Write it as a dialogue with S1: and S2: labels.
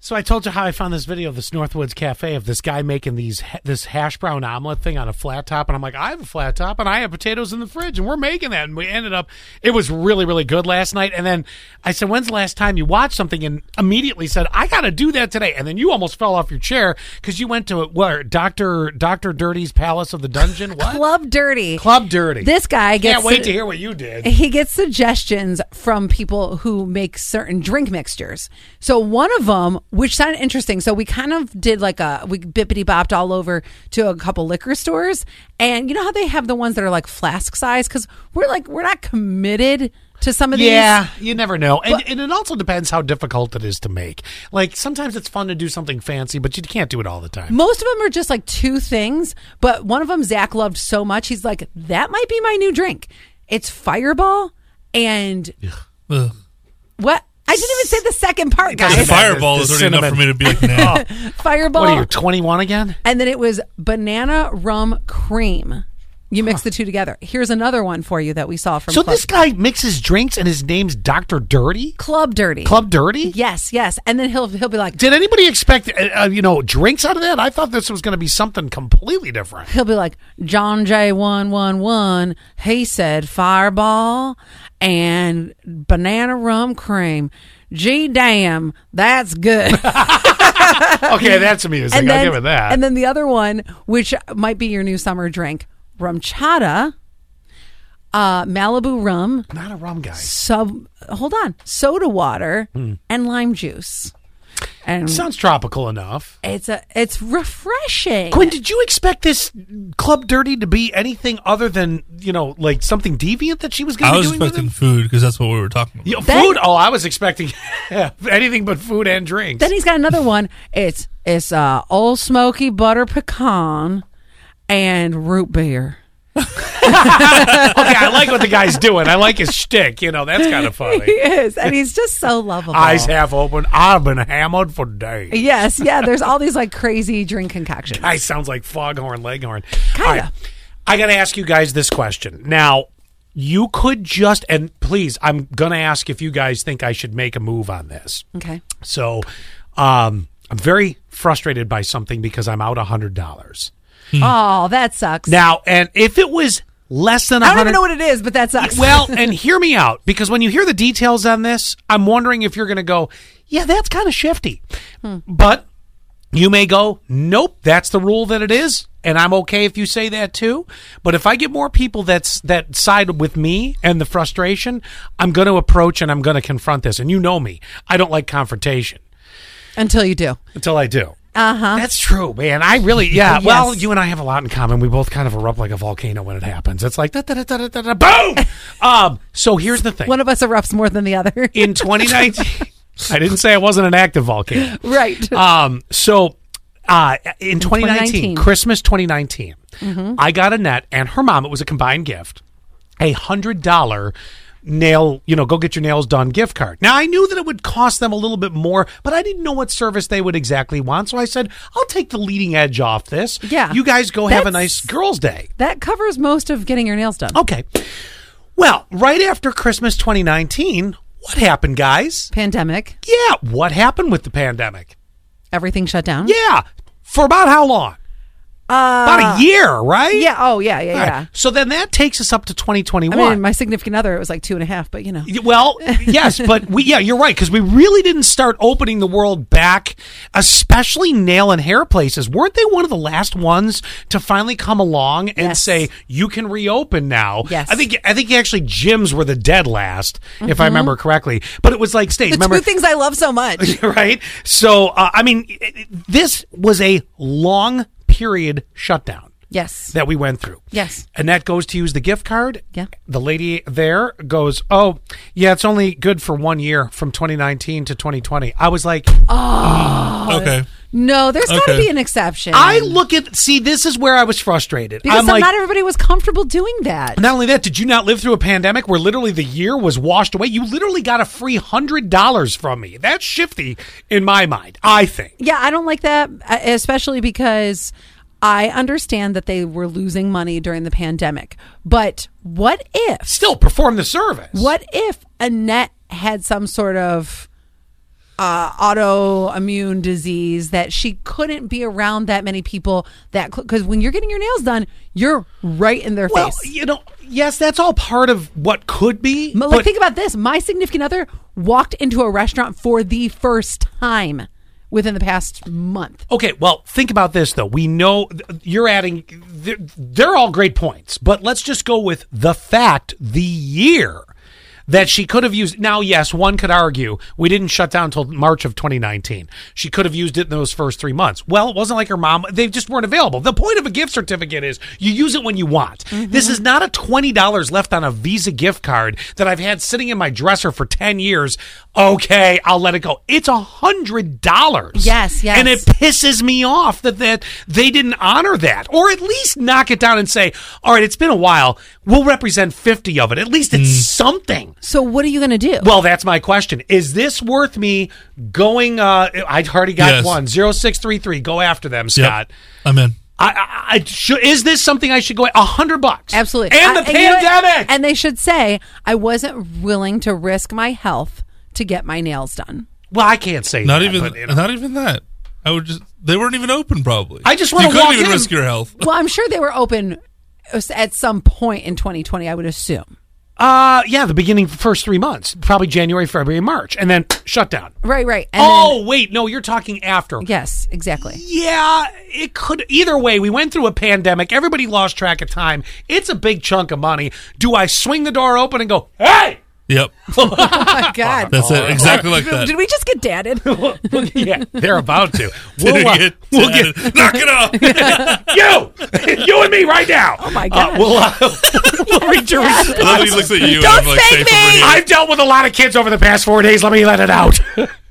S1: So I told you how I found this video of this Northwoods Cafe of this guy making these this hash brown omelet thing on a flat top, and I'm like, I have a flat top, and I have potatoes in the fridge, and we're making that, and we ended up, it was really really good last night, and then I said, when's the last time you watched something, and immediately said, I got to do that today, and then you almost fell off your chair because you went to where Doctor Doctor Dirty's Palace of the Dungeon, what
S2: Club Dirty.
S1: Club Dirty?
S2: This guy gets
S1: can't wait to hear what you did.
S2: he gets suggestions from people who make certain drink mixtures. So one of them, which sounded interesting, so we kind of did like a we bippity bopped all over to a couple liquor stores, and you know how they have the ones that are like flask size because we're like we're not committed to some of these.
S1: Yeah, you never know. And, and it also depends how difficult it is to make. Like, sometimes it's fun to do something fancy, but you can't do it all the time.
S2: Most of them are just like two things, but one of them Zach loved so much he's like that might be my new drink. It's Fireball and what. I didn't even say the second part,
S3: The
S2: guys.
S3: fireball
S1: The
S3: is already enough
S1: cinnamon.
S3: for me to be like, nah.
S1: Oh,
S2: Fireball.
S1: What are you, 21 again?
S2: And then it was banana rum cream. You mix the two together. Here's another one for you that we saw from
S1: So
S2: Club,
S1: this guy mixes drinks and his name's Dr. Dirty?
S2: Club Dirty.
S1: Club Dirty?
S2: Yes, yes. And then he'll he'll be like
S1: Did anybody expect, uh, uh, you know, drinks out of that? I thought this was going to be something completely different.
S2: he'll be like John J one one one. He said fireball and banana rum cream. Gee damn, that's good.
S1: Okay, that's amusing.
S2: and
S1: I'll
S2: then
S1: give it that.
S2: and then the other one, which might be your new summer drink, rum chata, uh, Malibu rum.
S1: Not a rum guy.
S2: sub hold on soda water
S1: Hmm.
S2: and lime juice and
S1: Sounds tropical enough.
S2: it's a it's refreshing
S1: Quinn, did you expect this Club Dirty to be anything other than, you know, like something deviant that she was going to
S3: I
S1: be
S3: was
S1: doing with him?
S3: expecting food because that's what we were talking about.
S1: Yeah,
S2: Then-
S1: food? Oh, I was expecting anything but food and drinks.
S2: then he's got another one it's it's uh old smoky butter pecan and root beer
S1: okay, I like what the guy's doing. I like his shtick. You know, that's kind of
S2: he
S1: funny.
S2: is and he's just so lovable
S1: Eyes half open. I've been hammered for days.
S2: yes yeah there's all these like crazy drink concoctions
S1: Guy sounds like Foghorn Leghorn.
S2: Kinda.
S1: All right. I got to ask you guys this question. Now, you could just, and please, I'm going to ask if you guys think I should make a move on this.
S2: okay
S1: So, um, I'm very frustrated by something because I'm out $100.
S2: oh that sucks
S1: Hmm. Now, and if it was less than 100
S2: i don't even know what it is but that sucks
S1: Well, and hear me out because when you hear the details on this, I'm wondering if you're going to go, yeah, that's kind of shifty. But you may go, nope, that's the rule that it is, and I'm okay if you say that too. But if I get more people that's that side with me and the frustration, I'm going to approach and I'm going to confront this. And you know me, I don't like confrontation
S2: until you do
S1: until I do. Uh huh. That's true, man. I really, yeah.
S2: Yes.
S1: Well, you and I have a lot in common. We both kind of erupt like a volcano when it happens. It's like da da da da da da boom. um. So here's the thing.
S2: one of us erupts more than the other
S1: In 2019, I didn't say I wasn't an active volcano.
S2: right
S1: Um. So, uh, in 2019,
S2: 2019.
S1: Christmas 2019,
S2: Mm-hmm.
S1: I got Annette and her mom. It was a combined gift, a hundred dollar nail. You know, go get your nails done gift card. Now I knew that it would cost them a little bit more, but I didn't know what service they would exactly want. So I said, I'll take the leading edge off this.
S2: Yeah.
S1: you guys go have a
S2: That's-
S1: nice girls' day.
S2: that covers most of getting your nails done
S1: Okay. Well, right after Christmas 2019, what happened, guys?
S2: pandemic
S1: Yeah, what happened with the pandemic?
S2: everything shut down
S1: Yeah. For about how long? about a year, right?
S2: Uh, Yeah. Oh, yeah, yeah,
S1: All
S2: yeah.
S1: right. So then that takes us up to 2021.
S2: I mean, my significant other, it was like two and a half, but you know.
S1: Y- well, yes, but we yeah, you're right because we really didn't start opening the world back, especially nail and hair places. Weren't they one of the last ones to finally come along and
S2: Yes.
S1: say you can reopen now?
S2: Yes.
S1: I think I think actually gyms were the dead last, if I remember correctly. But it was like states.
S2: Mm-hmm. The
S1: remember,
S2: two things I love so much.
S1: right? So uh, I mean, i- i- this was a long period shutdown
S2: yes.
S1: that we went through.
S2: Yes.
S1: Annette goes to use the gift card.
S2: Yeah.
S1: The lady there goes, Oh, yeah, it's only good for one year from 2019 to 2020. I was like,
S3: Okay.
S2: No, there's got to
S3: Okay.
S2: be an exception.
S1: I look at, see, this is where I was frustrated.
S2: because
S1: I'm
S2: some-
S1: like,
S2: not everybody was comfortable doing that.
S1: not only that, did you not live through a pandemic where literally the year was washed away? You literally got a free hundred dollars from me. That's shifty in my mind, I think.
S2: Yeah, I don't like that, uh, especially because I understand that they were losing money during the pandemic. But what if,
S1: Still perform the service.
S2: what if Annette had some sort of uh, autoimmune disease that she couldn't be around that many people that because when you're getting your nails done, you're right in their
S1: Well,
S2: face.
S1: you know, yes, that's all part of what could be.
S2: But like, think about this. My significant other walked into a restaurant for the first time within the past month.
S1: Okay, well, think about this though. We know th- you're adding; they're, they're all great points, but let's just go with the fact the year that she could have used. Now, yes, one could argue we didn't shut down until March of 2019. She could have used it in those first three months. Well, it wasn't like her mom; they just weren't available. The point of a gift certificate is you use it when you want.
S2: Mm-hmm.
S1: This is not a twenty dollars left on a Visa gift card that I've had sitting in my dresser for ten years. Okay, I'll let it go. It's a hundred dollars.
S2: Yes, yes.
S1: And it pisses me off that, that they didn't honor that or at least knock it down and say, all right, it's been a while. We'll represent 50 of it. At least it's
S3: Mm.
S1: something.
S2: So what are you going to do?
S1: Well, that's my question. Is this worth me going? Uh, I already got
S3: Yes.
S1: one. 0633. Go after them, Scott.
S3: I'm in.
S1: I, I, I should, is this something I should go? A hundred bucks,
S2: Absolutely.
S1: and
S2: I-
S1: the
S2: you know what?
S1: pandemic.
S2: and they should say, I wasn't willing to risk my health to get my nails done.
S1: well, I can't say
S3: Not
S1: that,
S3: even.
S1: but, you know.
S3: Not even that. I would just. They weren't even open. Probably.
S1: I just wanna
S3: You couldn't
S1: walk
S3: even
S1: in.
S3: risk your health.
S2: Well, I'm sure they were open at some point in 2020, I would assume.
S1: uh, yeah, the beginning first three months, probably January, February, March, and then shut down.
S2: Right, right. And
S1: oh wait, no, you're talking after.
S2: then, yes, exactly.
S1: Yeah, it could. Either way, we went through a pandemic. Everybody lost track of time. It's a big chunk of money. Do I swing the door open and go, hey?
S3: Yep.
S2: My God.
S3: That's it. Exactly like that.
S2: Did we just get dadded?
S1: yeah, they're about to.
S3: Did
S1: We'll,
S3: it
S1: uh,
S3: get
S1: we'll
S3: dead?
S1: get
S3: knock it off.
S1: you, you and me right now. Oh
S2: my
S1: god.
S2: gosh.
S1: we'll, uh, we'll reach a
S3: Nobody looks at you. and
S2: Don't
S3: I'm like,
S2: spank
S3: safe over
S2: me!
S3: here.
S1: I've dealt with a lot of kids over the past four days. Let me let it out.